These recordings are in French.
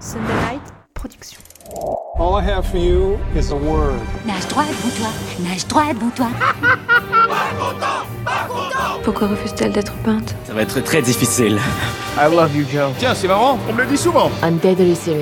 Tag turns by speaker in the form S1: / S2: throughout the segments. S1: Sunderlight Productions.
S2: All I have for you is a word.
S3: Nage droit devant toi, nage droit devant toi.
S4: Pourquoi refuse-t-elle d'être peinte
S5: Ça va être très difficile.
S6: I love you, Joe.
S7: Tiens, c'est marrant, on me le dit souvent.
S8: I'm deadly serious.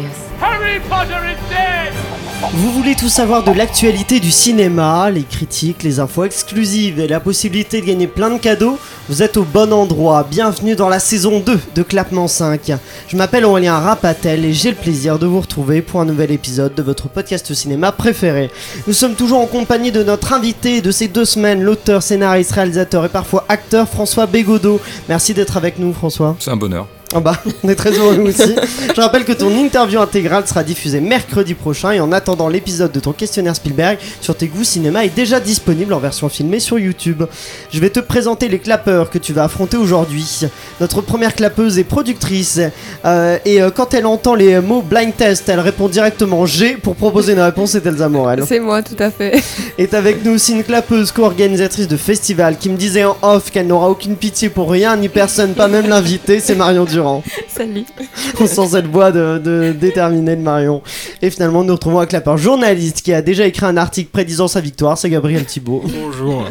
S9: Vous voulez tout savoir de l'actualité du cinéma, les critiques, les infos exclusives et la possibilité de gagner plein de cadeaux Vous êtes au bon endroit. Bienvenue dans la saison 2 de Clapement 5. Je m'appelle Aurélien Rapatel et j'ai le plaisir de vous retrouver pour un nouvel épisode de votre podcast cinéma préféré. Nous sommes toujours en compagnie de notre invité de ces deux semaines, l'auteur, scénariste, réalisateur et parfois acteur François Bégodeau. Merci d'être avec nous, François.
S10: C'est un bonheur.
S9: Ah bah, on est très heureux nous aussi. Je rappelle que ton interview intégrale sera diffusée mercredi prochain et en attendant l'épisode de ton questionnaire Spielberg sur tes goûts cinéma est déjà disponible en version filmée sur YouTube. Je vais te présenter les clapeurs que tu vas affronter aujourd'hui. Notre première clapeuse est productrice euh, et euh, quand elle entend les mots blind test, elle répond directement G pour proposer une réponse et Elsa Morel.
S4: C'est moi, tout à fait.
S9: Est avec nous aussi une clapeuse co-organisatrice de festival qui me disait en off qu'elle n'aura aucune pitié pour rien ni personne, pas même l'invité, c'est Marion Durand.
S4: Salut.
S9: On sent cette voix de, de déterminée de Marion. Et finalement, nous retrouvons un clapeur journaliste qui a déjà écrit un article prédisant sa victoire, c'est Gabriel Thibault.
S10: Bonjour.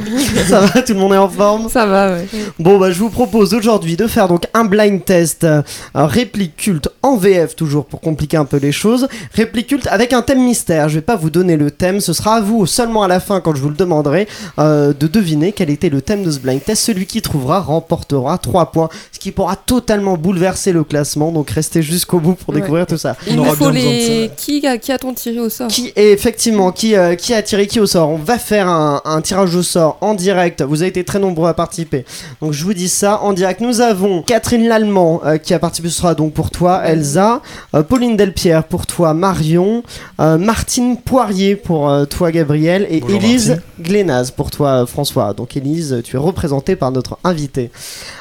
S9: Ça va, tout le monde est en forme
S4: Ça va, ouais.
S9: Bon, bah, je vous propose aujourd'hui de faire donc un blind test, euh, un réplique culte en VF toujours pour compliquer un peu les choses. Réplique culte avec un thème mystère. Je vais pas vous donner le thème, ce sera à vous seulement à la fin quand je vous le demanderai euh, de deviner quel était le thème de ce blind test. Celui qui trouvera remportera 3 points, ce qui pourra totalement bouleverser le classement. Donc restez jusqu'au bout pour
S4: Ouais.
S9: découvrir tout ça.
S4: Il
S10: On
S4: nous
S10: aura
S4: faut
S10: bien besoin de
S4: les. Qui, a- qui a-t-on tiré au sort
S9: Qui est effectivement qui, euh, qui a tiré qui au sort On va faire un, un tirage au sort en direct. Vous avez été très nombreux à participer. Donc je vous dis ça en direct. Nous avons Catherine Lallemand euh, qui a participé. Ce sera donc pour toi Elsa, Euh, Pauline Delpierre pour toi Marion, Euh, Martine Poirier pour euh, toi Gabriel et
S10: Bonjour,
S9: Élise
S10: Martine.
S9: Glénaz pour toi euh, François. Donc Élise, tu es représentée par notre invité.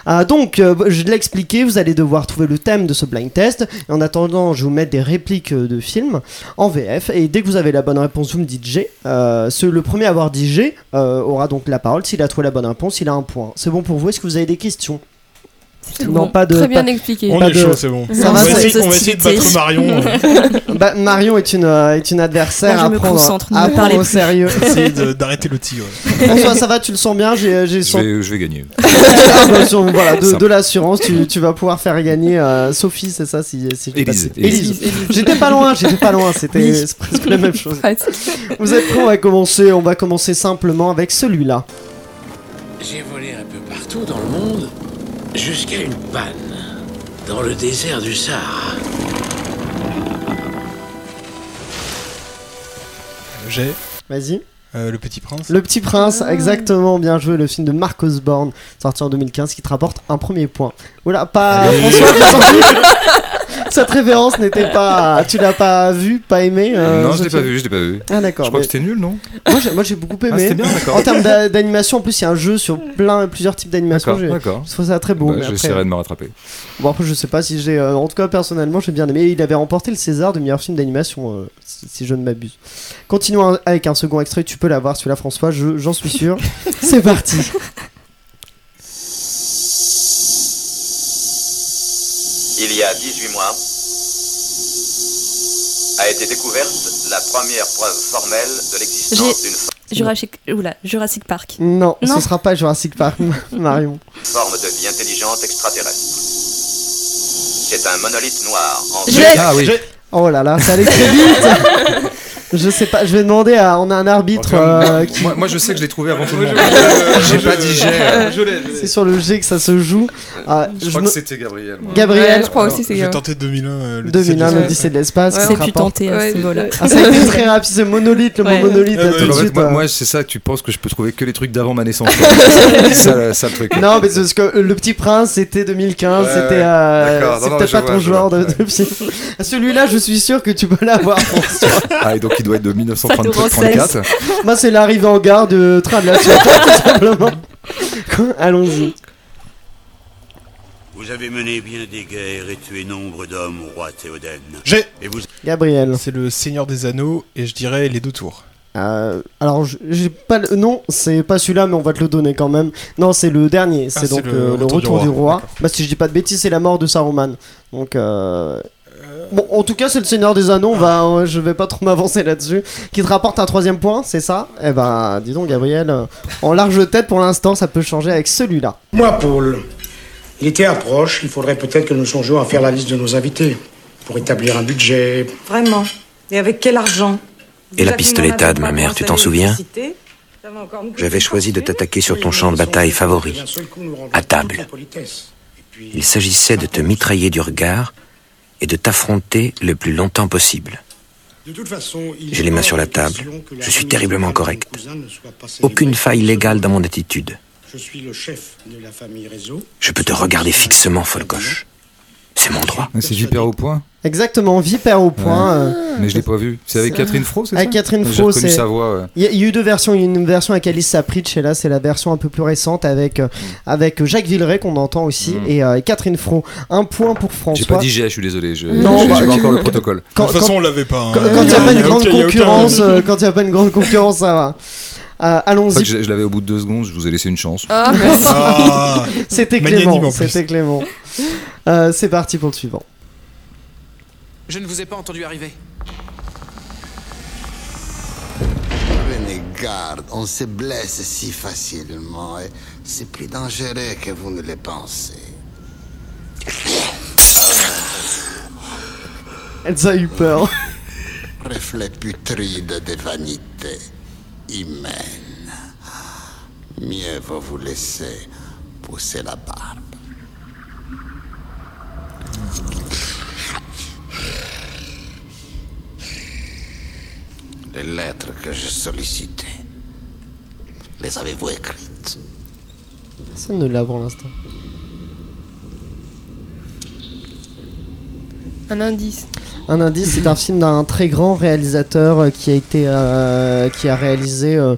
S9: Euh, donc euh, je l'ai expliqué. Vous allez devoir trouver le thème de ce blind test. Et en attendant, je vous mets des répliques euh, de films en VF. Et dès que vous avez la bonne réponse, vous me dites G. Euh, ce- le premier à avoir dit G euh, aura donc la parole. S'il a trouvé la bonne réponse, il a un point. C'est bon pour vous Est-ce que vous avez des questions
S4: C'est
S9: Non,
S4: bon.
S9: pas de-
S4: Très bien
S9: pas-
S4: expliqué.
S10: On
S9: Pas
S10: est
S9: de-
S10: chaud, c'est bon.
S9: Ça
S10: on,
S9: va,
S10: va
S9: ça-
S10: essayer,
S11: ça-
S10: on va essayer de battre Marion. euh,
S9: Bah, Marion est une, euh, est une adversaire
S11: Moi, je
S9: à
S11: me
S9: prendre,
S11: concentre, ne
S9: à
S11: me
S9: prendre
S11: parlez
S9: au
S11: plus.
S9: sérieux.
S10: essayer de- d'arrêter le tir.
S9: François, ça va Tu le sens bien J'ai j'ai
S10: Je
S9: son-
S10: vais, je vais gagner.
S9: Ah, bah, sur- voilà, de,
S10: Simple.
S9: de l'assurance. Tu, tu vas pouvoir faire gagner euh, Sophie, c'est ça si, si je dis pas de-
S10: Élise,
S9: Élise. J'étais pas loin, j'étais pas loin. C'était c'est presque la même chose.
S4: Ouais,
S9: Vous êtes prêts On va commencer. On va commencer simplement avec celui-là.
S7: J'ai volé un peu partout dans le monde, jusqu'à une panne, dans le désert du Sahara.
S10: J'ai
S9: Vas-y.
S10: euh, le petit prince.
S9: Le Petit Prince, exactement, bien joué, le film de Marc Osborne, sorti en 2015, qui te rapporte un premier point. Oula, pas François, bien entendu. Cette référence n'était pas. Tu l'as pas vu, pas aimé euh,
S10: non, je l'ai
S9: Sophie
S10: pas vu, je l'ai pas vu.
S9: Ah,
S10: Je
S9: d'accord.
S10: crois
S9: mais
S10: que c'était nul, non
S9: Moi, j'ai- moi, j'ai beaucoup
S10: Ah,
S9: aimé.
S10: c'était bien, d'accord.
S9: en termes d'a- d'animation, en plus, il y a un jeu sur plein, plusieurs types d'animation.
S10: D'accord,
S9: j'ai-
S10: d'accord.
S9: Je trouve ça très beau.
S10: Bah,
S9: mais après-
S10: J'essaierai de me rattraper.
S9: Bon, après, je sais pas si j'ai. euh, en tout cas, personnellement, j'ai bien aimé. Il avait remporté le César du meilleur film d'animation, euh, si, si je ne m'abuse. Continuons avec un second extrait. Tu peux l'avoir, celui-là, François, je- j'en suis sûr. C'est parti.
S12: Il y a 18 mois, a été découverte la première preuve formelle de l'existence d'une
S11: Jurassic, oula, Jurassic Park.
S9: Non,
S11: Non.
S9: ce sera pas Jurassic Park, Marion.
S12: forme de vie intelligente extraterrestre. C'est un monolithe noir en
S10: Ah oui.
S9: Oh là là, ça allait très vite Je sais pas, je vais demander à. On a un arbitre euh, qui.
S10: Moi, moi, je sais que je l'ai trouvé avant tout le monde. Euh,
S7: je-
S10: J'ai hein. pas dit j'ai.
S7: Euh, Je l'ai, je
S9: C'est sur le G que ça se joue. Ah, je me-
S10: c'était Gabriel.
S9: Gabriel,
S4: Ouais, je crois aussi, c'est
S10: J'ai
S4: grave.
S10: tenté 2001. euh, le
S9: 2001,
S10: 17.
S9: le 17 de l'espace,
S4: Ouais,
S9: qui
S4: on
S11: C'est
S9: se
S11: plus
S9: rapporte.
S11: tenté à
S4: Ouais,
S11: ce niveau-là.
S4: c'est-
S9: Ah, ça a été très rapide, c'est monolithe, le
S11: Ouais.
S9: mot monolithe, là,
S10: Ah,
S9: tout
S10: bah,
S9: de
S10: en fait,
S9: suite.
S10: moi,
S9: euh.
S10: moi, c'est ça, tu penses que je peux trouver que les trucs d'avant ma naissance. c'est ça, le- ça le truc.
S9: Non, mais c'est parce que euh, le petit prince, c'était 2015,
S10: Ouais,
S9: c'était
S10: ouais.
S9: euh,
S10: D'accord, non,
S9: c'est
S10: non,
S9: peut-être
S10: je
S9: pas
S10: vois,
S9: ton
S10: je
S9: genre de,
S10: vois,
S9: de psy. Celui-là, je suis sûr que tu peux l'avoir.
S10: Ah, et donc il doit être de
S11: Ça
S10: 1934.
S9: Moi, c'est l'arrivée en gare de train de la Suède, tout simplement. Allons-y.
S12: Vous avez mené bien des guerres et tué nombre d'hommes au roi Théoden.
S7: J'ai.
S12: Et vous
S9: Gabriel.
S10: C'est le Seigneur des Anneaux et je dirais les deux tours.
S9: Euh, alors, je- j'ai pas le... Non, c'est pas celui-là, mais on va te le donner quand même. Non, c'est le dernier. C'est
S10: Ah, c'est
S9: donc
S10: le
S9: euh, le,
S10: Retour
S9: retour
S10: du
S9: du
S10: Roi.
S9: roi. Bah, si je dis pas de bêtises, c'est la mort de Saruman. Donc, euh, Bon, en tout cas, c'est le Seigneur des Anneaux. on va- euh, je vais pas trop m'avancer là-dessus. Qui te rapporte un troisième point, c'est ça Eh ben, dis donc, Gabriel, euh, en large tête pour l'instant, ça peut changer avec celui-là.
S1: Moi, Paul, l'été approche, il faudrait peut-être que nous songions à faire la liste de nos invités pour établir un budget.
S5: Vraiment. Et avec quel argent
S6: Et la pistoletta de ma mère, tu t'en souviens J'avais choisi de t'attaquer sur ton champ de bataille favori, à table. Il s'agissait de te mitrailler du regard et de t'affronter le plus longtemps possible.
S1: De toute façon, il
S6: J'ai les mains sur la table, je suis terriblement correct. Aucune faille légale dans mon attitude.
S1: Je suis le chef de la famille réseau.
S6: Je peux te regarder fixement, Folgoche. C'est mon droit.
S10: C'est Vipère au point.
S9: Exactement, Vipère au point. euh,
S10: Mais je l'ai pas vu. C'est avec
S9: c'est-
S10: Catherine Fro, c'est ça
S9: Avec Catherine
S10: J'ai
S9: Fro,
S10: reconnu
S9: c'est.
S10: sa voix. ouais.
S9: Il y a- il y a eu deux versions, Il y a eu une version avec Alice Sapritch et là c'est la version un peu plus récente avec, euh, avec Jacques Villeray qu'on entend aussi et, euh, et Catherine Fro. Un point pour François.
S10: J'ai pas dit G, je suis désolé. Je
S9: Non,
S10: j'ai-
S9: bah,
S10: j'ai pas
S9: tu-
S10: encore le protocole.
S9: Quand-
S8: de toute façon,
S9: quand-
S8: on l'avait pas. hein.
S9: Quand quand il n'y a pas une grande concurrence, euh, quand il y a pas une grande concurrence, ça va. Euh,
S10: Je crois
S9: Allons-y.
S10: que je je l'avais au bout de deux secondes, je vous ai laissé une chance.
S9: Ah, merci. Ah. C'était
S10: Magnanime,
S9: Clément.
S10: en plus.
S9: C'était Clément. Euh, c'est parti pour le suivant.
S13: Je ne vous ai pas entendu arriver.
S14: Ah Renégarde, ben, on se blesse si facilement et c'est plus dangereux que vous ne le pensez.
S9: Elsa a eu peur.
S14: Reflet putride des vanités humaines. Mieux vaut vous laisser pousser la barbe. Les lettres que je sollicitais, les avez-vous écrites
S9: Personne ne l'a pour l'instant.
S4: Un indice.
S9: Un indice, c'est un film d'un très grand réalisateur euh, qui a été, euh, qui a réalisé euh,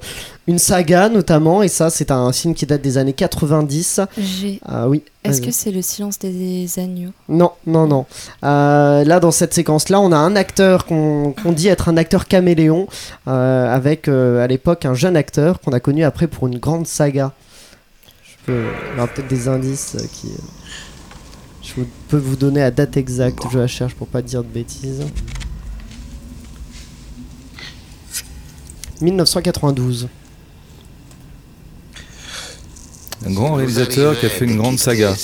S9: une saga notamment, et ça, c'est un film qui date des années 90.
S11: J'ai.
S9: Ah oui.
S11: Est-ce
S9: vas-y.
S11: que c'est le silence des agneaux
S9: Non, non, non. Euh, là, dans cette séquence-là, on a un acteur qu'on qu'on dit être un acteur caméléon, euh, avec euh, à l'époque un jeune acteur qu'on a connu après pour une grande saga. Je peux... Il y aura peut-être des indices euh, qui. euh, Je vous- peux vous donner la date exacte, je la cherche pour pas dire de bêtises. 1992.
S10: Un grand réalisateur qui a fait une grande saga.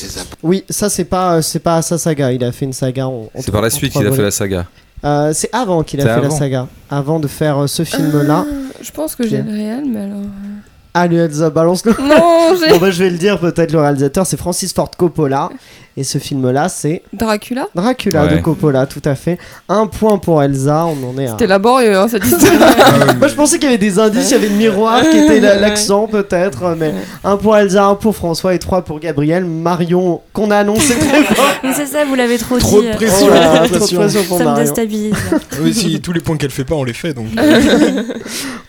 S9: Oui, ça c'est pas euh, c'est pas sa saga, il a fait une saga en, en
S10: C'est par la
S9: en
S10: suite
S9: trois
S10: qu'il a fait
S9: volets.
S10: la saga.
S9: Euh, c'est avant qu'il a
S10: C'est
S9: fait la
S10: avant.
S9: saga, avant de faire euh, ce film-là.
S4: Je pense que j'ai le réel, mais alors. euh,
S11: Euh.
S9: Ah, lui, Elsa, balance le.
S4: Non, j'ai-
S9: Bon, bah, je vais le dire, peut-être le réalisateur, c'est Francis Ford Coppola. Et ce film-là, c'est.
S4: Dracula
S9: Dracula
S4: Ouais.
S9: de Coppola, tout à fait. Un point pour Elsa, on en est à.
S4: C'était laborieux, hein, cette histoire.
S9: Ah, Moi, je pensais qu'il y avait des indices, il y avait le miroir qui était la- l'accent, peut-être. Mais un pour Elsa, un pour François et trois pour Gabriel. Marion, qu'on a annoncé très fort.
S11: Mais c'est ça, vous l'avez trop,
S8: Trop
S11: dit.
S8: de pression.
S9: Oh là là,
S8: Trop de pression. Ah
S9: pression pour
S11: Ça me
S9: Marion.
S11: déstabilise.
S8: Oui, si tous les points qu'elle fait pas, on les fait
S9: Ah.
S8: donc.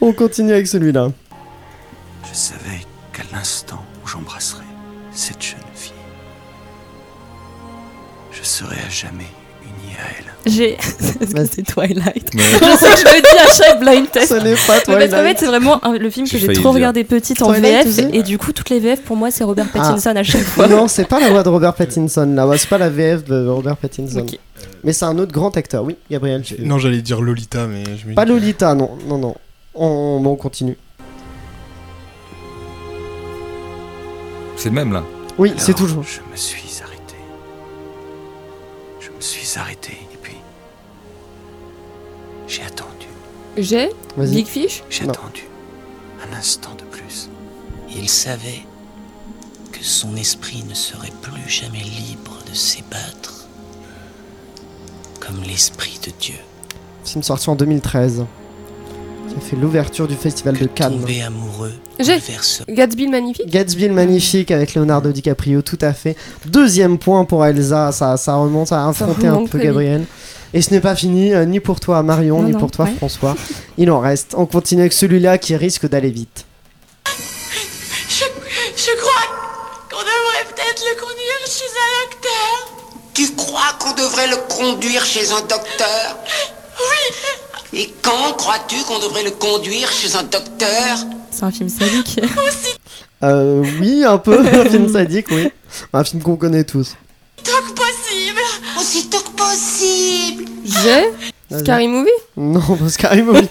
S9: On continue avec celui-là.
S6: Je savais qu'à l'instant où j'embrasserais cette jeune fille, je serais à jamais uni à elle.
S11: J'ai. Est-ce que c'est Twilight
S6: Ouais.
S11: Je sais que je le dis à chaque blind test.
S9: Ce n'est
S11: Mais
S9: pas
S11: parce qu'en
S9: Twilight.
S11: fait, c'est vraiment un- le film que
S9: J'ai
S11: j'ai
S9: failli
S11: trop
S9: le dire.
S11: regardé petite en
S9: Twilight
S11: VF.
S9: aussi
S11: Et du coup, toutes les VF pour moi, c'est Robert Pattinson
S9: Ah.
S11: à chaque fois.
S9: Non, c'est pas la voix de Robert Pattinson là, c'est pas la VF de Robert Pattinson. Mais c'est un autre grand acteur, oui, Gabriel. tu-
S8: Euh, Non, j'allais dire Lolita, mais je me dis-
S9: Pas Lolita, non, non, non. On, bon, on continue.
S10: C'est le même là.
S9: Oui, c'est toujours.
S6: Je me suis arrêté. Je me suis arrêté et puis. J'ai attendu.
S4: J'ai
S6: Vas-y.
S4: Big Fish
S6: J'ai attendu. Un instant de plus.
S15: Il savait que son esprit ne serait plus jamais libre de s'ébattre comme l'esprit de Dieu.
S9: Film sorti en 2013. Qui a fait l'ouverture du festival de Cannes.
S15: Tomber amoureux
S4: J'ai
S15: bouleverse
S4: Gatsby le Magnifique
S9: Gatsby le magnifique avec Leonardo DiCaprio, tout à fait. Deuxième point pour Elsa, ça, ça remonte à affronter un
S4: remonte
S9: peu
S4: très vite.
S9: Gabriel. Et ce n'est pas fini, euh, ni pour toi Marion,
S4: Non,
S9: ni
S4: non,
S9: pour toi
S4: ouais.
S9: François. Il en reste. On continue avec celui-là qui risque d'aller vite.
S16: Je, je crois qu'on devrait peut-être le conduire chez un docteur.
S15: Tu crois qu'on devrait le conduire chez un docteur Oui. Et quand crois-tu qu'on devrait le conduire chez un docteur
S11: C'est un film sadique.
S9: Euh, oui, un peu, un film sadique, oui. Un film qu'on connaît tous.
S16: Tant que possible. possible
S15: Oh,
S16: Aussitôt que possible
S4: J'ai Scary Movie
S9: Non, pas Scary Movie.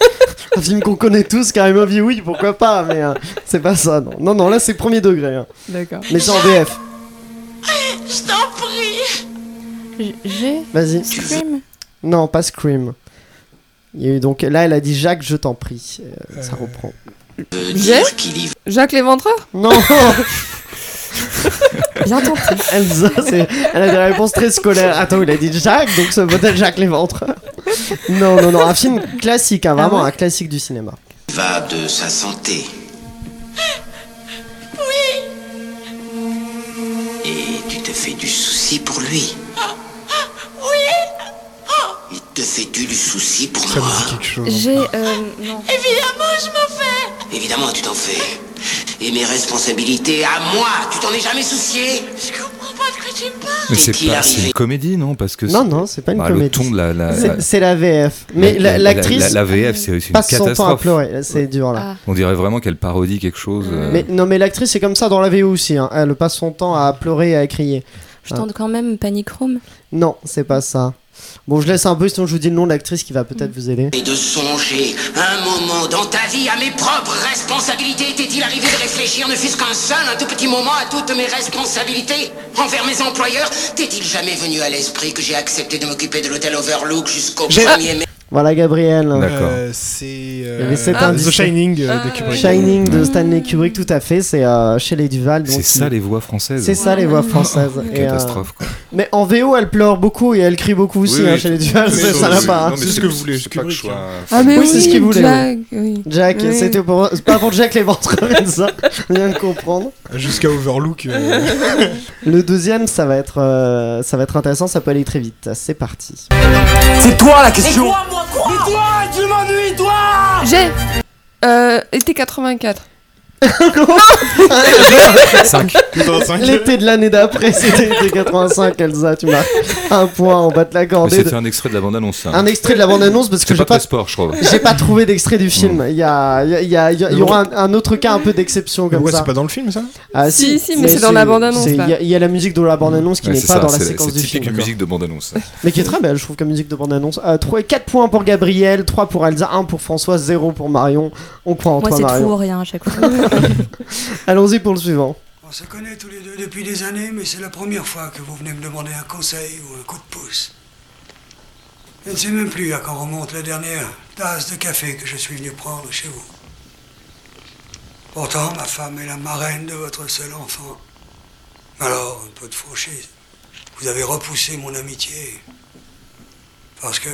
S9: un film qu'on connaît tous, Scary Movie, oui, pourquoi pas, mais euh, c'est pas ça, non. Non, non, là c'est premier degré. hein.
S4: D'accord.
S9: Mais c'est en VF.
S16: Je t'en prie
S11: J'ai
S9: Vas-y.
S11: Scream
S9: Non, pas Scream. Il y a eu donc là, elle a dit Jacques, je t'en prie. Euh, Ça reprend.
S4: J'ai Jacques l'éventreur
S9: Non
S4: Bien tenté.
S9: Elsa, c'est- elle a des réponses très scolaires. Attends, il a dit Jacques, donc ça peut être Jacques l'éventreur. Non, non, non, un film classique, hein, vraiment un classique du cinéma.
S15: Va de sa santé
S16: Oui
S15: et tu te fais du souci pour lui.
S16: Ah, Oui Ah.
S15: Il te fait du souci pour
S8: Ça
S15: moi.
S8: me dit quelque chose.
S4: J'ai. euh, non.
S16: Évidemment, je m'en fais
S15: Évidemment, tu t'en fais. Et mes responsabilités à moi, tu t'en es jamais soucié.
S16: Je comprends pas de quoi tu me parles
S10: Mais c'est
S15: Qu'est-il
S10: pas,
S15: arrivé
S10: c'est une comédie, non Parce que
S9: Non, non, c'est pas une
S10: Bah,
S9: comédie.
S10: Le ton de la, la-
S9: C'est-
S10: la-
S9: C'est la VF. Mais
S10: la-
S9: la-
S10: la-
S9: l'actrice.
S10: la- la VF, c'est- c'est une
S9: passe son temps à
S10: catastrophe.
S9: pleurer, c'est dur là.
S10: on dirait vraiment qu'elle parodie quelque chose. euh,
S9: Mais non, mais l'actrice c'est comme ça dans la VO aussi. hein. Elle passe son temps à pleurer et à crier.
S11: Je tente quand même Panic Room.
S9: Non, c'est pas ça. Bon, je laisse un peu, sinon je vous dis le nom de l'actrice qui va peut-être vous aider.
S15: Et de songer un moment dans ta vie à mes propres responsabilités. T'est-il arrivé de réfléchir, ne fût-ce qu'un seul, un tout petit moment à toutes mes responsabilités envers mes employeurs T'est-il jamais venu à l'esprit que j'ai accepté de m'occuper de l'hôtel Overlook jusqu'au 1er mai
S9: Voilà, Gabriel.
S8: Euh, c'est.
S9: Il y avait cet indice.
S8: The Shining euh, de Kubrick.
S9: Ah. Shining de Stanley Kubrick, tout à fait. C'est euh, chez les Duval. donc
S10: C'est ça
S9: il-
S10: les voix françaises.
S9: C'est ça les voix françaises.
S10: Oh,
S9: Et, euh,
S10: catastrophe, quoi.
S9: Mais en VO, elle pleure beaucoup et elle crie beaucoup aussi
S10: Oui,
S9: hein,
S10: oui,
S9: chez les
S10: tout-
S9: Duval.
S10: oui,
S9: C'est
S10: oui,
S9: ça là
S10: oui,
S9: pas.
S10: non,
S9: hein.
S10: mais
S8: C'est hein. ce
S10: c'est-
S8: que vous voulez.
S10: c'est pas que je sois-
S4: Ah, mais oui,
S9: c'est ce qu'il voulait.
S4: Jack, oui.
S9: Jack,
S4: Oui.
S9: c'était pour... c'est pas pour Jack les ventres, hein. ça. On vient de comprendre.
S8: Jusqu'à Overlook. euh,
S9: Le deuxième, ça va être, euh, ça va être intéressant. Ça peut aller très vite. C'est parti.
S4: C'est toi la
S16: Mais quoi, moi, quoi Mais toi, tu m'ennuies, toi
S4: J'ai. Euh, été 84.
S9: L'été de l'année d'après, c'était l'été 85. Elsa, tu m'as un point. On va te
S10: Mais
S9: l'accorder.
S10: C'était un extrait de la bande-annonce. ça.
S9: Un extrait de la bande-annonce parce que
S10: C'est pas
S9: j'ai pas,
S10: très sport, je crois.
S9: j'ai pas trouvé d'extrait du film. Il y, a, il y, a- il y a- il y a- il y aura un, un autre cas un peu d'exception comme
S8: ouais,
S9: ça.
S8: c'est pas dans le film ça
S9: Ah,
S4: Si, si, mais c'est dans la bande-annonce,
S9: c'est-
S4: là.
S9: Il y a- il y, a la musique dans la bande-annonce qui
S10: Ouais,
S9: n'est
S10: c'est
S9: pas
S10: ça,
S9: dans la
S10: c'est-
S9: séquence
S10: C'est
S9: du
S10: typique
S9: film.
S10: une musique de bande-annonce.
S9: Mais qui est très belle, je trouve, comme musique de bande-annonce. Euh, 4 points pour Gabriel, 3 pour Elsa, 1 pour François, 0 pour Marion. On croit en
S11: Moi,
S9: toi,
S11: c'est tout ou
S9: Marion.
S11: rien à chaque fois.
S9: Allons-y pour le suivant.
S17: On se connaît tous les deux depuis des années, mais c'est la première fois que vous venez me demander un conseil ou un coup de pouce. Je ne sais même plus à quand remonte la dernière tasse de café que je suis venu prendre chez vous. Pourtant, ma femme est la marraine de votre seul enfant. Alors, un peu de franchise. Vous avez repoussé mon amitié parce que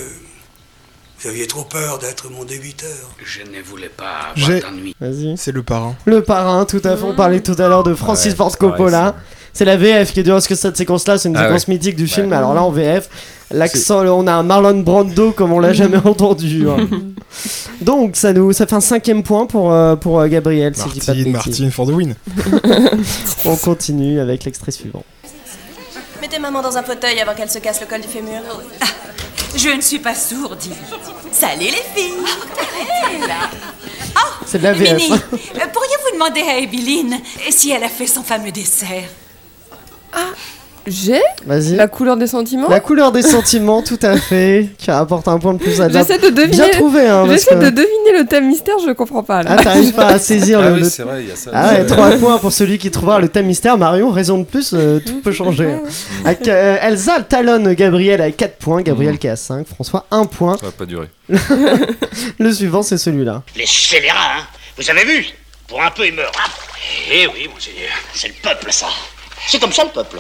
S17: vous aviez trop peur d'être mon débiteur.
S7: Je ne voulais pas
S8: J'ai.
S7: avoir d'ennui.
S8: C'est le parrain.
S9: Le parrain, tout à fait.
S4: Mmh.
S9: On parlait tout à l'heure de Francis
S8: Ouais,
S9: Ford
S8: c'est pareil,
S9: Coppola. C'est la VF qui est dure parce que cette séquence-là, c'est une
S8: Ah ouais.
S9: séquence mythique du film. Alors là, en VF, l'accent, on a un Marlon Brando comme on l'a jamais entendu. hein. Donc, ça nous, ça fait un cinquième point pour, euh, pour euh, Gabriel, si je dis pas de
S8: Martine,
S9: bêtises.
S8: Martine for the win.
S9: On continue avec l'extrait suivant.
S18: Mettez maman dans un fauteuil avant qu'elle se casse le col du fémur. je ne suis pas sourde. Salut les filles.
S9: C'est de la VF.
S18: Minnie, euh, pourriez-vous demander à Ebeline si elle a fait son fameux dessert
S4: J'ai.
S9: Vas-y.
S4: La couleur des sentiments.
S9: La couleur des sentiments, tout à fait, qui rapporte un point de plus à Jab.
S4: J'essaie de deviner.
S9: Bien trouvé, hein, parce
S4: J'essaie
S9: que-
S4: de deviner le thème mystère, je comprends pas. Là.
S9: Ah, t'arrives pas à saisir
S10: Ah
S9: le.
S10: oui,
S9: le-
S10: c'est vrai, il y a ça.
S9: Ah ouais, 3 points pour celui qui trouvera le thème mystère. Marion, raison de plus, euh, tout peut changer. Avec, euh, Elsa talonne Gabriel avec 4 points, Gabriel qui est à 5, François 1 point.
S10: Ça va pas durer.
S9: le suivant, c'est celui-là.
S19: Les scélérats, hein Vous avez vu Pour un peu, ils meurent. Eh oui, monseigneur. C'est le peuple, ça. C'est comme ça, le peuple.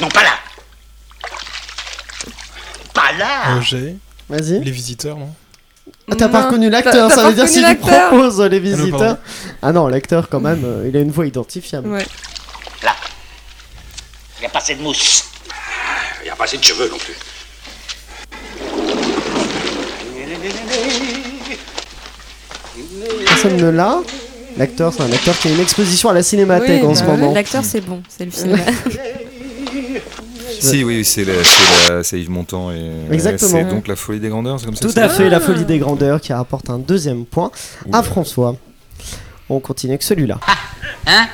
S19: Non, pas là. Pas
S9: Ah.
S19: là.
S8: Roger.
S9: Vas-y.
S8: Euh, Les visiteurs, non
S9: Ah, t'as pas
S8: Non.
S9: reconnu
S8: T'as-
S9: l'acteur,
S8: t'as
S9: ça
S8: pas
S9: veut dire
S8: reconnu
S9: si tu
S8: l'acteur
S9: proposes euh, les
S8: Ah non, pardon.
S9: visiteurs. Ah non, l'acteur, quand même, euh, il a une voix identifiable.
S4: Ouais.
S19: Là. Il n'y a pas assez de mousse. Il n'y a pas assez de cheveux non plus.
S9: Personne ne l'a. L'acteur, c'est un acteur qui a une exposition à la cinémathèque
S11: Oui,
S9: en ce
S11: bah
S9: moment.
S11: oui, L'acteur, c'est bon, c'est le film.
S10: Si, oui, oui, c'est la- c'est la- c'est Yves Montand. Et... euh,
S9: Exactement.
S10: C'est donc la folie des grandeurs, c'est comme ça
S9: Tout
S10: que
S11: Ah.
S10: ça
S9: à
S10: s'appelle
S9: fait, la folie des grandeurs qui rapporte un deuxième point à François. On
S10: Ah.
S9: continue avec celui-là.
S20: Hein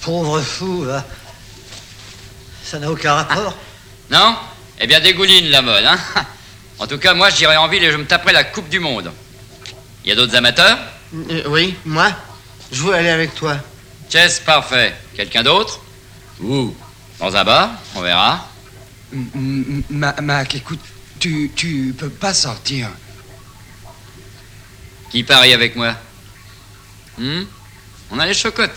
S20: Pauvre fou, va. Ça n'a aucun rapport.
S21: Non Eh bien, dégouline la mode, hein En tout cas, moi, j'irai en ville et je me taperai la Coupe du Monde. Il y a d'autres amateurs
S20: Euh, oui, moi Je veux aller avec toi.
S21: Chess, parfait. Quelqu'un d'autre Ouh, dans un bar, on verra.
S22: Mac, écoute, tu, tu peux pas sortir.
S21: Qui parie avec moi Hmm On a les chocottes.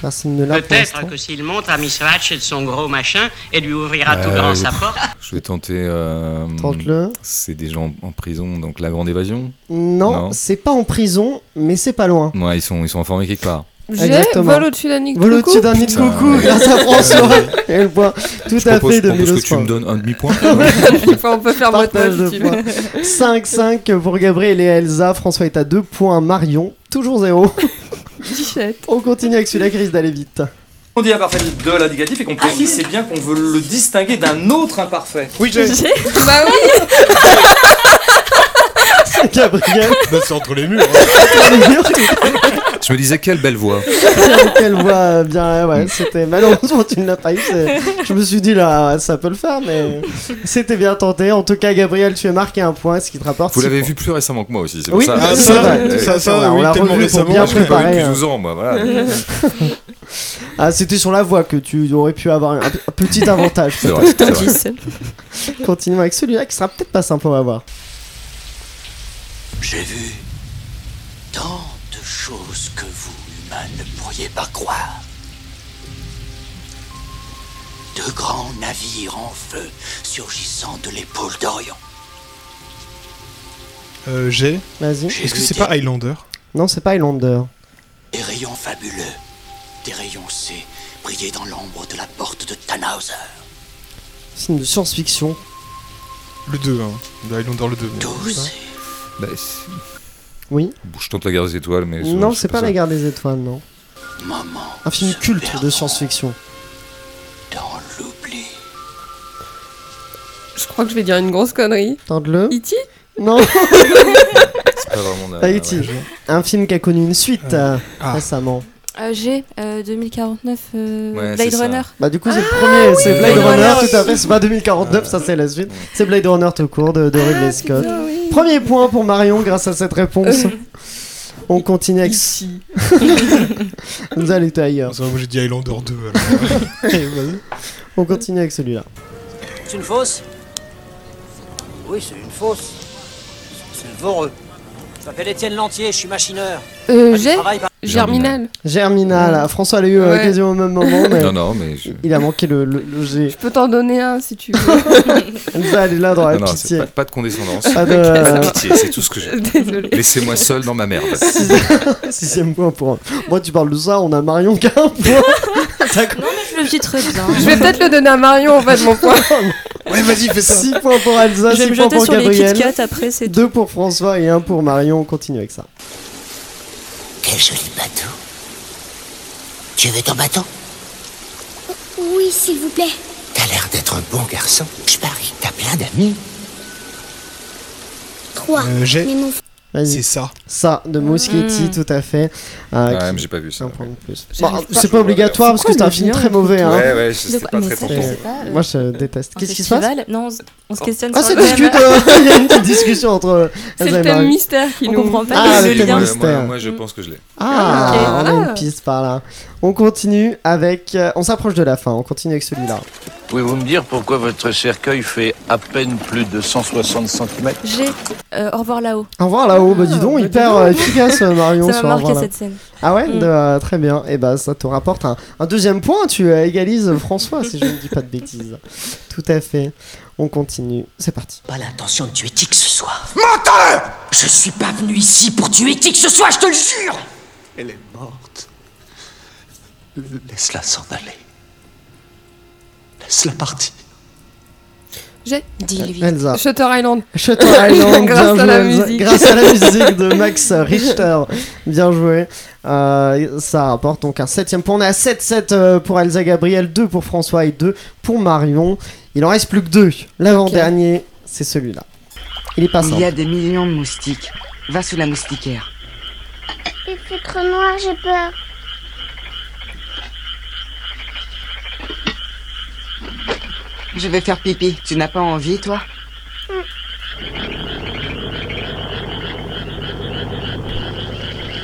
S9: Personne ne l'a pour l'instant.
S23: Peut-être que s'il montre à Miss Hatch de son gros machin, elle lui ouvrira tout
S10: Euh,
S23: grand
S10: je-
S23: sa porte.
S10: Je vais tenter. euh,
S9: Tente-le.
S10: C'est des gens en prison, donc la grande évasion.
S9: Non, c'est pas en prison, mais c'est pas loin.
S10: Ouais, ils sont, ils sont enfermés quelque part.
S4: J'ai
S9: Exactement.
S4: vol au-dessus d'un nid de
S9: Vol
S4: coucou.
S9: au-dessus d'un nid de
S10: Putain,
S9: coucou,
S10: ouais.
S9: grâce à François.
S10: Ouais.
S9: Et le point tout
S10: Ah, je
S9: à
S10: propose,
S9: fait de
S10: je propose que tu
S9: Milosport.
S10: me donnes un demi-point.
S4: on peut faire votre
S9: Partage de
S4: note, si tu veux.
S9: points. 5-5 pour Gabriel et Elsa. François est à 2 points. Marion, toujours 0. On continue avec celui-là, Chris, d'aller vite.
S24: On dit imparfait de l'indicatif et
S18: Ah.
S24: qu'on précise, c'est bien qu'on veut le distinguer d'un autre imparfait.
S9: Oui, j'ai- J'ai
S4: Bah oui
S9: Gabriel.
S8: Bah,
S10: c'est entre les murs.
S8: hein.
S10: je me disais, quelle belle voix.
S9: Quelle voix bien, ouais, c'était malheureusement tu ne l'as pas eu. c'est- Je me suis dit là, ça peut le faire, mais c'était bien tenté. En tout cas, Gabriel, tu as marqué un point, ce qui te rapporte.
S10: Vous
S9: six
S10: l'avez
S9: points.
S10: vu plus récemment que moi aussi, c'est
S9: Oui,
S10: pour ça.
S9: Ah, ça,
S10: Ouais.
S9: ça, ça,
S10: Ouais,
S9: oui,
S10: on l'a
S9: tellement
S10: revu pour
S9: récemment.
S10: bien
S9: Je l'ai pas vu
S10: préparer.
S9: depuis
S10: depuis
S9: 12
S10: 12 ans, moi, voilà.
S9: Ah, c'était sur la voix que tu aurais pu avoir un, un petit avantage.
S10: C'est vrai,
S9: peut-être.
S10: c'est
S9: Continuons avec celui-là qui sera peut-être pas simple, on va voir.
S19: J'ai vu tant de choses que vous, humains, ne pourriez pas croire. De grands navires en feu surgissant de l'épaule d'Orient.
S8: Euh, J'ai.
S9: Vas-y.
S8: Est-ce que c'est pas Highlander
S9: Non, c'est pas Highlander.
S19: Des rayons fabuleux, des rayons C, brillaient dans l'ombre de la porte de Tannhauser.
S9: C'est une science-fiction.
S8: Le 2, hein. Le Highlander le 2.
S10: Bah, c'est-
S9: Oui.
S10: Bon, Je tente la guerre des étoiles, mais.
S9: non, c'est pas,
S10: ça.
S9: la guerre des étoiles, non. Un film culte de science-fiction.
S4: Je crois que je vais dire une grosse connerie.
S9: Tente-le.
S4: E.T.
S9: Non.
S10: C'est pas vraiment la.
S9: Pas E.T. Un film qui a connu une suite euh,
S10: ah.
S9: récemment.
S11: Euh, J'ai euh, 2049 euh,
S9: Ouais,
S11: Blade
S9: c'est ça.
S11: Runner.
S9: Bah du coup c'est le premier, c'est Blade
S11: Blade
S9: Runner,
S11: Runner,
S9: tout à fait,
S11: oui.
S9: c'est pas 2049,
S10: Euh.
S9: ça c'est la suite. C'est Blade Runner tout court de, de Ridley Scott. Premier point pour Marion grâce à cette réponse. On continue avec... Ici. Vous allez ailleurs.
S8: Moi j'ai dit Highlander 2. alors.
S9: Allez, vas-y. On continue avec celui-là.
S20: C'est une fosse Oui, c'est une fosse. C'est le voreux. Je m'appelle Étienne Lantier, je suis machineur. Pas
S5: Ah,
S4: Euh,
S20: du
S4: j'ai
S20: travail, pas-
S4: Germinal.
S9: Germinal, ah, François l'a eu euh,
S4: Ouais.
S9: quasiment au même moment, mais
S10: Non, non, mais. je-
S9: il a manqué le, le, le G.
S4: Je peux t'en donner un si tu veux.
S9: Elsa, elle est là dans la
S10: Non, non, c'est
S9: pitié. Euh,
S10: pas, pas de condescendance.
S9: Pas de-
S10: La pitié, c'est tout ce que j'ai.
S4: Désolé.
S10: Laissez-moi seul dans ma merde.
S9: Sixième point pour... Moi tu parles de ça, on a Marion qui a un point.
S11: Je le dis très bien.
S4: Je vais peut-être le donner à Marion en fait, mon point.
S9: Ouais, vas-y, fais ça. 6 points pour Elsa,
S11: Je vais
S9: 6
S11: me jeter
S9: points Ah, pour
S11: sur les
S9: Gabriel.
S11: Kit Kat après, c'est
S9: 2 pour François et 1 pour Marion. On continue avec ça.
S16: Quel joli bateau. Tu veux ton bateau Oui, s'il vous plaît.
S19: T'as l'air d'être un bon garçon. Je parie que t'as plein d'amis.
S16: Trois.
S8: Euh, j'ai-
S16: Mais mon-
S9: C'est
S8: ça.
S9: Ça, de Moschetti,
S16: Mm.
S9: tout à fait. Euh,
S10: Ouais,
S9: qui-
S10: mais j'ai pas vu ça. ouais.
S9: Bon,
S10: J'arrive
S9: c'est pas obligatoire parce que c'est un
S11: le
S9: film
S11: lien
S9: très
S11: entre
S9: mauvais.
S11: tout
S9: Hein.
S10: Ouais, ouais, je- De c'était quoi pas Mais très ça, je tentant. sais
S11: pas, euh,
S9: Moi, je déteste.
S11: En
S9: Qu'est-ce qui se passe
S11: festival Non, on se- on se questionne
S9: Ah,
S11: sur
S9: c'est
S11: le
S9: discute.
S11: thème.
S9: euh, Il y a une petite discussion entre.
S11: C'est le
S9: Elsa et
S11: thème
S9: Marion.
S11: mystère qui
S9: On
S11: nous-
S9: comprend pas
S11: Ah,
S9: quel
S11: le
S9: est le
S11: thème
S9: lien.
S10: Ouais,
S9: mystère.
S10: moi, moi, je pense que je l'ai.
S9: Ah,
S11: Ah, ok,
S9: on a
S11: voilà.
S9: une piste par là. On continue avec. euh, on s'approche de la fin. On continue avec celui-là.
S25: Pouvez-vous me dire pourquoi votre cercueil fait à peine plus de 160 cm
S11: J'ai euh, Au revoir là-haut.
S9: Au revoir là-haut, bah dis donc, hyper euh, efficace euh,
S11: Ça
S9: Marion.
S11: m'a
S9: sur Au
S11: marqué,
S9: revoir là-haut.
S11: cette scène.
S9: Ah ouais
S11: Mm.
S9: Bah, Très bien, et bah ça te rapporte un, un deuxième point, tu euh, égalises François si je ne dis pas de bêtises. Tout à fait, on continue, c'est parti.
S25: Pas l'intention de tuer Tic ce soir. Menteur Je suis pas venu ici pour tuer Tic ce soir, je te le jure
S19: Elle est morte. Laisse-la s'en aller. Laisse-la partir.
S4: J'ai.
S9: Elsa.
S4: Shutter Island.
S9: Shutter Island, bien
S4: grâce
S9: joué,
S4: à la
S9: Elsa.
S4: musique.
S9: grâce à la musique de Max Richter, bien joué. Euh, ça rapporte donc un septième point, on est à 7-7 euh, pour Elsa Gabriel, 2 pour François et 2 pour Marion. Il en reste plus que 2, l'avant-dernier, c'est celui-là. Il est pas
S5: Il y a
S9: simple.
S5: des millions de moustiques. Va sous la moustiquaire.
S16: Il fait trop noir, j'ai peur.
S5: Je vais faire pipi. Tu n'as pas envie, toi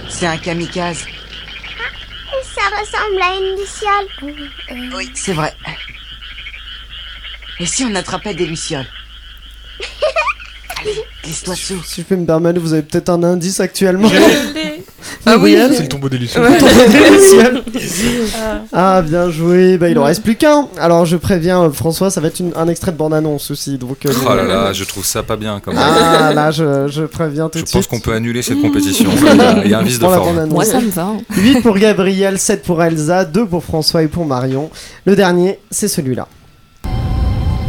S5: C'est un kamikaze.
S1: Ça ressemble à une luciole.
S5: Oui, c'est vrai. Et si on attrapait des lucioles Allez, glisse-toi dessous.
S9: Si je peux me permettre, vous avez peut-être un indice actuellement.
S4: Ah oui,
S9: Gabriel
S4: je l'ai.
S8: C'est le tombeau des lucioles.
S9: Le tombeau des lucioles.
S4: Ah.
S9: Ah, bien joué. Bah, il en reste plus qu'un. Alors, je préviens euh, François, ça va être une- un extrait de bande-annonce aussi. Donc, euh,
S10: Oh là là, je trouve ça pas bien quand même.
S9: Ah là, je, je préviens tout
S10: je
S9: de
S10: pense
S9: suite.
S10: qu'on peut annuler cette compétition. Il y a- il y a un vice de
S9: Pour la
S10: forme.
S9: bande-annonce. 8 pour Gabriel, 7 pour Elsa, 2 pour François et pour Marion. Le dernier, c'est celui-là.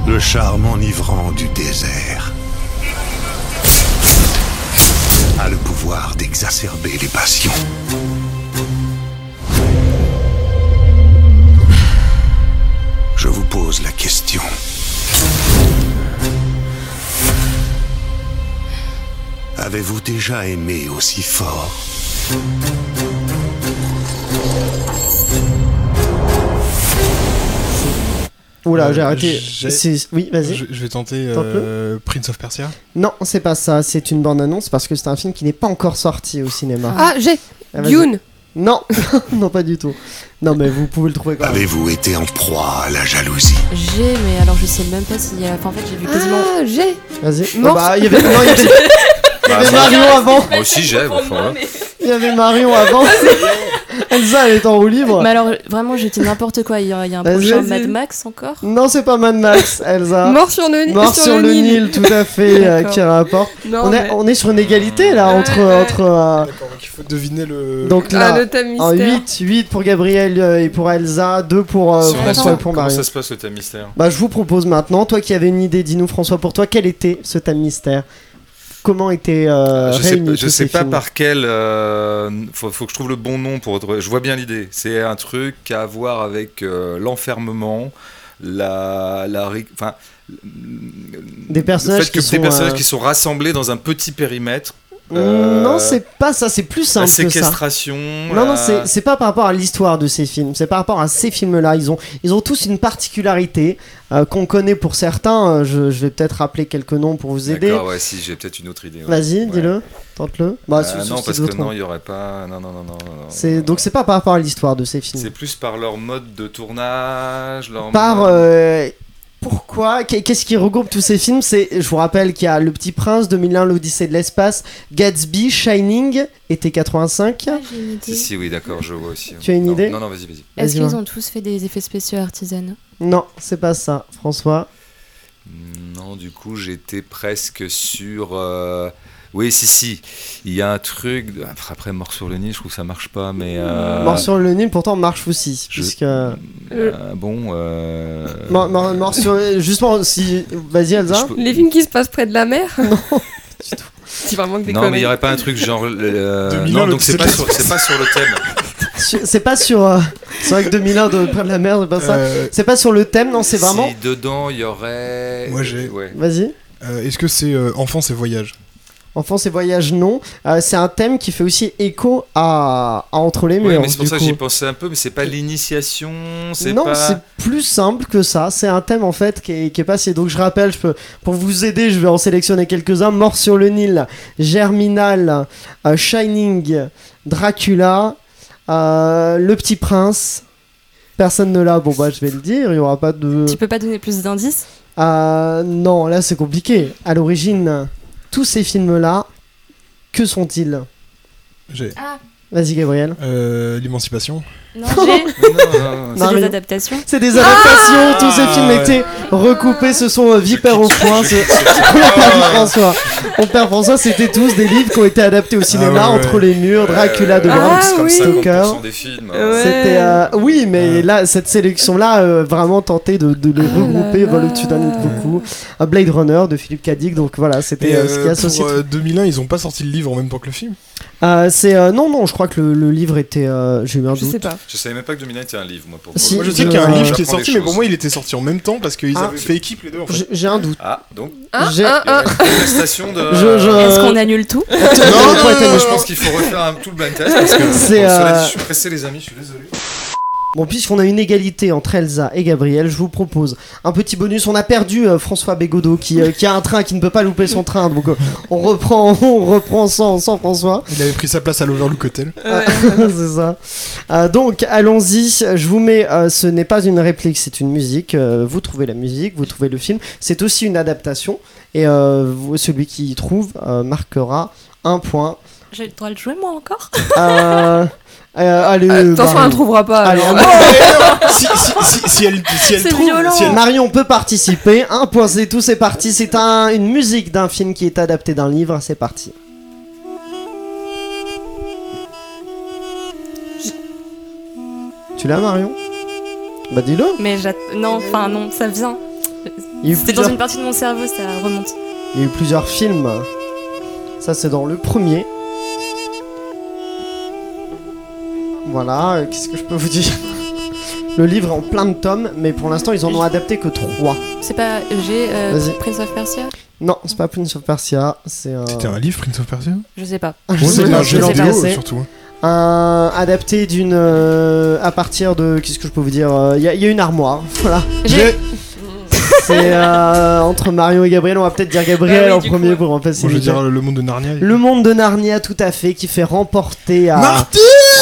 S14: Le charme enivrant du désert a le pouvoir d'exacerber les passions. Je vous pose la question. Avez-vous déjà aimé aussi fort
S9: Oula, j'ai
S8: Euh,
S9: arrêté.
S8: j'ai-
S9: C'est- Oui, vas-y.
S8: Je, je vais tenter
S9: Tente-le.
S8: euh, Prince of Persia.
S9: Non, c'est pas ça. C'est une bande-annonce parce que c'est un film qui n'est pas encore sorti au cinéma.
S4: Ah, j'ai
S9: Ah, vas-y.
S4: Dune
S9: Non, non, pas du tout. Non, mais vous pouvez le trouver quand même.
S14: Avez-vous été en proie à la jalousie
S11: J'ai, mais alors je sais même pas s'il y a. Enfin, en fait, j'ai vu quasiment.
S4: Ah, j'ai
S9: Vas-y.
S4: Morse.
S9: bah, il y avait, non, il y avait, il y avait Marion avant.
S10: Bah, Moi aussi j'ai, bah, enfin, voilà.
S9: Il y avait Marion avant. Elsa, elle est en roue libre.
S11: Mais alors, vraiment, j'ai dit n'importe quoi. Il y a, il y a un
S9: Vas-y,
S11: prochain
S9: Ah vas-y.
S11: Mad Max encore
S9: Non, c'est pas Mad Max, Elsa.
S4: Mort sur le,
S9: Ah. Mort sur, le, Nil, tout à fait, euh, qui rapporte.
S4: Non,
S9: on, est,
S4: mais-
S9: on est sur une égalité là entre. entre euh,
S8: Il faut deviner le.
S9: donc là,
S4: Ah, le thème
S9: en
S4: mystère.
S9: 8, 8 pour Gabriel euh, et pour Elsa, 2 pour euh,
S10: Si on a-
S9: François et pour
S10: Comment
S9: Marie.
S10: ça se passe le thème mystère
S9: Bah, je vous propose maintenant, toi qui avais une idée, dis-nous François, pour toi, quel était ce thème mystère Comment était euh,
S10: Je sais,
S9: réunis
S10: pas-
S9: tous
S10: je sais
S9: ces
S10: pas
S9: films
S10: par quel. euh, faut, faut que je trouve le bon nom pour. retrouver- Je vois bien l'idée. C'est un truc à voir avec euh, l'enfermement, la, la, ré- enfin,
S9: Des personnages
S10: le fait que
S9: qui
S10: des
S9: sont,
S10: personnages
S9: euh, Mm,
S10: qui sont rassemblés dans un petit périmètre.
S9: Non,
S10: euh,
S9: c'est pas ça, c'est plus
S10: la
S9: simple que ça.
S10: séquestration.
S9: Non, non,
S10: la-
S9: c'est- c'est pas par rapport à l'histoire de ces films, c'est par rapport à ces films-là. Ils ont, ils ont tous une particularité euh, qu'on connaît pour certains. Euh, je, je vais peut-être rappeler quelques noms pour vous aider.
S10: D'accord, ouais, si j'ai peut-être une autre idée. ouais.
S9: Vas-y,
S10: Ouais.
S9: dis-le, tente-le. Bah,
S10: Euh,
S9: sous- sous-
S10: non,
S9: sous-
S10: parce
S9: d'autres
S10: que non,
S9: noms.
S10: il y aurait pas. Non, non, non, non. non, non.
S9: C'est- Donc, c'est pas par rapport à l'histoire de ces films.
S10: C'est plus par leur mode de tournage, leur
S9: Par. euh, pourquoi Qu'est- Qu'est-ce qui regroupe tous ces films C'est, Je vous rappelle qu'il y a Le Petit Prince, 2001, L'Odyssée de l'espace, Gatsby, Shining, été 85.
S10: Si, si, oui, d'accord, je vois aussi.
S9: Tu as une
S10: Non,
S9: idée
S10: Non, non, vas-y, vas-y.
S11: Est-ce
S9: Vas-y, Euh.
S11: qu'ils
S9: va.
S11: ont tous fait des effets spéciaux artisanaux
S9: Non, c'est pas ça, François.
S10: Non, du coup, j'étais presque sur. euh, Oui, si, si. Il y a un truc. de- Après, après, mort sur le nid, je trouve que ça marche pas, mais. euh,
S9: Mort sur le Nil, pourtant, marche aussi.
S10: je-
S9: Puisque.
S10: euh, bon. euh,
S9: Mor- mor- mort sur- Justement, si. Vas-y, Elsa.
S10: Je peux-
S4: Les films qui se passent près de la mer Non, C'est vraiment que
S10: Non, mais
S4: des
S10: il n'y
S4: conneries.
S10: aurait pas un truc genre. euh,
S8: 2001,
S10: Non, donc
S8: le-
S10: c'est pas, sur... c'est pas sur le thème.
S9: Sur- C'est pas sur. euh, C'est vrai que 2001 de près de la mer, c'est pas ça.
S8: Euh,
S9: C'est pas sur le thème, non, c'est vraiment.
S10: Si dedans, il y aurait.
S8: Moi, j'ai-
S10: Ouais.
S9: Vas-y.
S8: Euh, Est-ce que c'est euh, Enfance et Voyage
S9: Enfance et voyage, non. Euh, c'est un thème qui fait aussi écho à, à Entre les murs.
S10: Ouais, mais c'est pour
S9: du
S10: ça
S9: coup.
S10: que j'y pensais un peu, mais c'est pas l'initiation, c'est
S9: Non,
S10: pas.
S9: c'est plus simple que ça. C'est un thème en fait qui est, qui est passé. Donc je rappelle, je peux, pour vous aider, je vais en sélectionner quelques-uns. Mort sur le Nil, Germinal, euh, Shining, Dracula, euh, Le Petit Prince. Personne ne l'a. Bon bah je vais le dire. Il y aura pas de.
S11: Tu peux pas donner plus d'indices
S9: Euh, non, là c'est compliqué. À l'origine, tous ces films-là, que sont-ils
S8: J'ai.
S4: Ah.
S9: Vas-y Gabriel.
S8: Euh, L'émancipation.
S11: Non, j'ai.
S10: Non,
S9: Non,
S11: C'est des
S9: mais-
S11: adaptations.
S9: C'est des adaptations, tous ces
S8: Ah,
S9: films
S8: ouais.
S9: étaient recoupés, ce sont euh, Vipère au foin, ce-
S8: Ah
S9: on perd François. On perd François, c'était tous des livres qui ont été adaptés au cinéma,
S8: Ah ouais, Ah ouais.
S9: entre les murs, Dracula de
S10: Ouais,
S9: Bram
S10: c'est comme
S9: Stoker.
S10: 50% des films. hein.
S4: Ouais.
S9: C'était euh, oui, mais
S8: Ah.
S9: là cette sélection là vraiment tenter de, de les regrouper vole au-dessus d'un autre beaucoup. Un Blade Runner de Philippe Kadik, donc voilà, c'était
S8: Et
S9: euh, ce qui
S8: euh,
S9: associe.
S8: pour euh, 2001, ils ont pas sorti le livre en même temps que le film.
S9: Euh, c'est euh, non non, je crois que le, le livre était euh, j'ai eu un
S4: Je sais
S9: doute.
S4: pas.
S10: Je savais même pas que 2001 était un livre, moi. Pour
S9: Si,
S10: pour-
S8: Moi, je
S9: de-
S8: sais qu'il y a un
S9: euh,
S8: livre qui est
S10: j'apprends des
S8: sorti, mais pour
S10: choses.
S8: moi, il était sorti en même temps parce qu'ils
S9: Ah.
S8: avaient fait équipe les deux. En fait.
S9: J'ai- J'ai un doute.
S10: Ah, donc, il
S4: Ah,
S9: J'ai-
S4: ah,
S10: y
S4: ah.
S10: aurait une prestation de.
S9: Je- je-
S11: Est-ce
S9: Euh,
S11: qu'on annule tout
S10: Non, non, non,
S9: Pointer,
S10: non,
S9: moi, je
S10: je
S9: pense-
S10: pense qu'il faut refaire un tout le blind test parce que.
S9: C'est,
S10: bon, cela
S9: euh,
S10: dit, je suis pressé, les amis, je suis désolé.
S9: Bon, puisqu'on a une égalité entre Elsa et Gabriel, je vous propose un petit bonus. On a perdu euh, François Bégodeau qui, euh, qui a un train qui ne peut pas louper son train, donc euh, on reprend, on reprend sans, sans François.
S8: Il avait pris sa place à l'Overlook Hotel.
S9: c'est ça. Euh, donc, allons-y. Je vous mets. euh, ce n'est pas une réplique, c'est une musique. Euh, vous trouvez la musique, vous trouvez le film. C'est aussi une adaptation. Et euh, vous- celui qui y trouve euh, marquera un point.
S11: J'ai le droit de jouer moi encore
S9: Euh, euh, allez,
S4: Attention,
S9: bah,
S4: on ne trouvera pas. euh,
S9: allez,
S4: alors.
S9: un point.
S8: si, si, si, si elle, si elle
S4: Ah C'est
S8: trouve.
S4: violent.
S8: Si elle...
S9: Marion peut participer. Un point, c'est tout. C'est parti. C'est un- une musique d'un film qui est adapté d'un livre. C'est parti. Tu l'as, Marion Bah, dis-le.
S11: Mais j'att- non, enfin non, ça vient.
S9: Il y a eu
S11: C'était dans
S9: plusieurs-
S11: une partie de mon cerveau, ça remonte.
S9: Il y a eu plusieurs films. Ça, c'est dans le premier. Voilà, euh, qu'est-ce que je peux vous dire Le livre est en plein de tomes, mais pour l'instant, ils en ont adapté que trois.
S11: C'est pas j'ai euh,
S9: Vas-y.
S11: Prince of Persia
S9: Non, c'est pas Prince of Persia, c'est euh, un.
S8: C'était un livre, Prince of Persia
S11: Je sais pas.
S9: Ah, je
S8: Ouais,
S9: sais
S8: mais
S9: pas,
S8: un
S9: je
S8: jeu
S9: sais pas,
S8: vidéo,
S9: c'est
S8: surtout. hein.
S9: Un adapté d'une. euh, à partir de. Qu'est-ce que je peux vous dire Euh, Il y, a- il y a une armoire, voilà.
S11: J'ai-
S9: C'est euh, entre Mario et Gabriel, on va peut-être dire Gabriel en premier pour en passer.
S8: Bon, je veux
S9: nickel.
S8: dire, le monde de Narnia. il-
S9: Le Ah. monde de Narnia, tout à fait, qui fait remporter à Martine,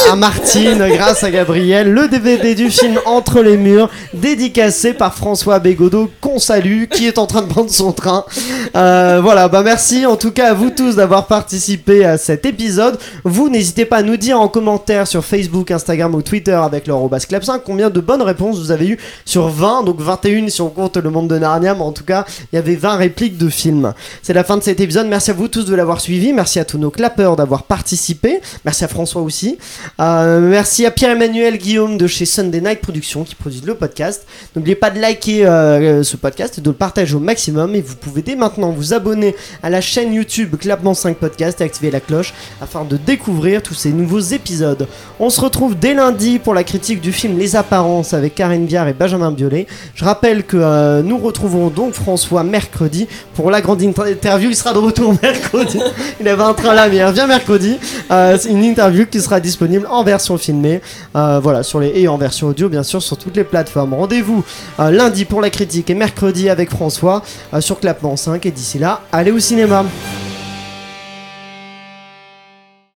S9: à Martine grâce à Gabriel, le DVD du film Entre les murs, dédicacé par François Bégodeau, qu'on salue, qui est en train de prendre son train. Euh, voilà, bah merci en tout cas à vous tous d'avoir participé à cet épisode. Vous n'hésitez pas à nous dire en commentaire sur Facebook, Instagram ou Twitter avec leur clap 5 combien de bonnes réponses vous avez eu sur 20, donc 21 si on compte le monde de Narnia, mais en tout cas, il y avait 20 répliques de films. C'est la fin de cet épisode. Merci à vous tous de l'avoir suivi. Merci à tous nos clappeurs d'avoir participé. Merci à François aussi. Euh, merci à Pierre-Emmanuel Guillaume de chez Sunday Night Productions qui produit le podcast. N'oubliez pas de liker euh, ce podcast et de le partager au maximum. Et vous pouvez dès maintenant vous abonner à la chaîne YouTube Clapement 5 Podcast et activer la cloche afin de découvrir tous ces nouveaux épisodes. On se retrouve dès lundi pour la critique du film Les Apparences avec Karine Viard et Benjamin Biolay. Je rappelle que euh, nous retrouvons donc François mercredi pour la grande inter- interview. Il sera de retour mercredi. Il avait un train là, mais il revient mercredi. Euh, c'est une interview qui sera disponible en version filmée, euh, voilà, sur les et en version audio bien sûr sur toutes les plateformes. Rendez-vous euh, lundi pour la critique et mercredi avec François euh, sur Clapement 5 et d'ici là, allez au cinéma.